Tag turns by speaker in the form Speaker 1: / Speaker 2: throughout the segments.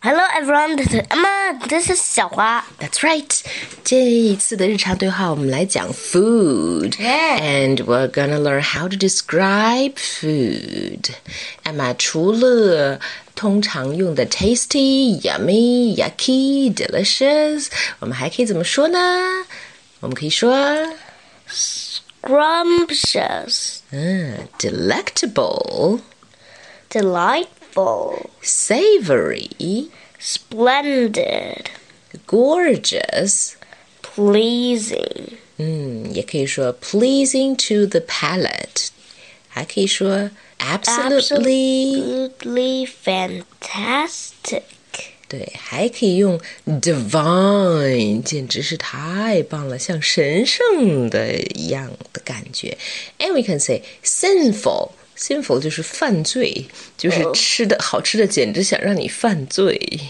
Speaker 1: Hello everyone, this is Emma. This is 小花。
Speaker 2: That's right. 这一次的日常对话，我们来讲 food.
Speaker 1: Yeah.
Speaker 2: And we're gonna learn how to describe food. Emma 除了通常用的 tasty, yummy, yucky, delicious，我们还可以怎么说呢？我们可以说，
Speaker 1: Scrumptious,
Speaker 2: 嗯，delectable,
Speaker 1: delightful,
Speaker 2: savory,
Speaker 1: splendid,
Speaker 2: gorgeous。
Speaker 1: pleasing,
Speaker 2: 嗯，也可以说 pleasing to the palate，还可以说 absolutely，
Speaker 1: absolutely fantastic,
Speaker 2: 对，还可以用 divine，简直是太棒了，像神圣的一样的感觉。And we can say sinful。sinful 就是犯罪，就是吃的、好吃的，简直想让你犯罪。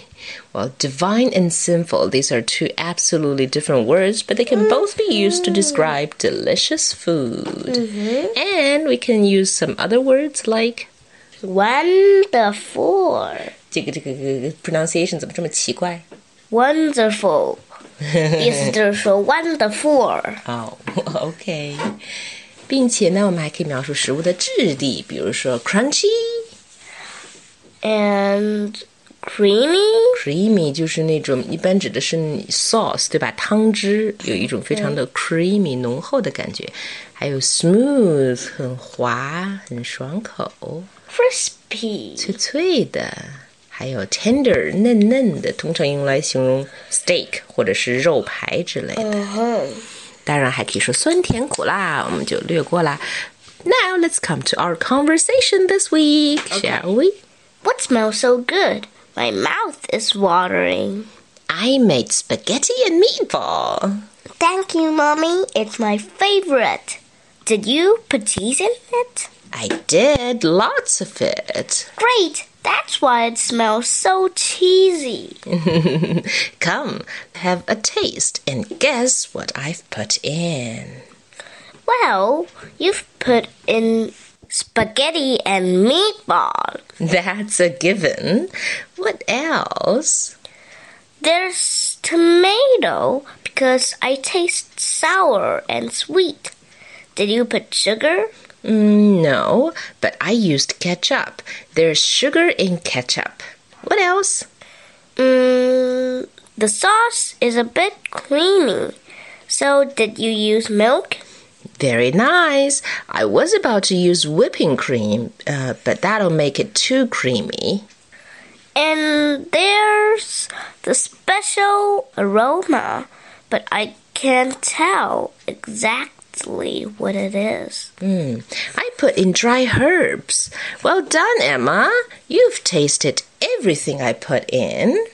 Speaker 2: Well, divine and sinful, these are two absolutely different words, but they can both be used to describe delicious food. And we can use some other words like
Speaker 1: wonderful,
Speaker 2: 这个这个这个 pronunciation 怎么这么奇怪？
Speaker 1: wonderful. 意思就是说 wonderful，
Speaker 2: 哦、o k 并且呢，我们还可以描述食物的质地，比如说 crunchy、
Speaker 1: and creamy
Speaker 2: creamy，就是那种一般指的是 sauce 对吧？汤汁有一种非常的 creamy 浓厚的感觉，还有 smooth 很滑很爽口，
Speaker 1: crispy
Speaker 2: 脆脆的，还有 tender 嫩嫩的，通常用来形容 steak 或者是肉排之类的。当然还可以说酸甜苦辣，我们就略过啦。Now let's come to our conversation this week, shall we?
Speaker 1: What smells so good? My mouth is watering.
Speaker 2: I made spaghetti and meatball.
Speaker 1: Thank you, Mommy. It's my favorite. Did you put cheese in it?
Speaker 2: I did lots of it.
Speaker 1: Great. That's why it smells so cheesy.
Speaker 2: come, have a taste and guess what I've put in.
Speaker 1: Well, you've put in spaghetti and meatball.
Speaker 2: That's a given. What else?
Speaker 1: There's tomato because I taste sour and sweet. Did you put sugar?
Speaker 2: Mm, no, but I used ketchup. There's sugar in ketchup. What else?
Speaker 1: Mm, the sauce is a bit creamy. So, did you use milk?
Speaker 2: Very nice. I was about to use whipping cream, uh, but that'll make it too creamy.
Speaker 1: And there's the special aroma, but I can't tell exactly what it is.
Speaker 2: Mm. I put in dry herbs. Well done, Emma. You've tasted everything I put in.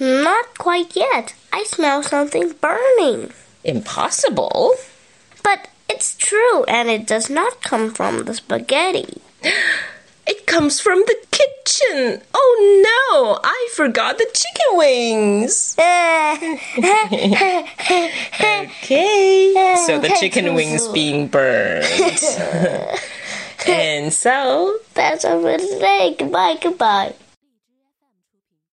Speaker 1: Not quite yet. I smell something burning.
Speaker 2: Impossible.
Speaker 1: But it's true, and it does not come from the spaghetti.
Speaker 2: It comes from the kitchen. Oh no, I forgot the chicken wings. Okay. So the chicken wings being burned. and so
Speaker 1: That's a mistake. Goodbye, goodbye.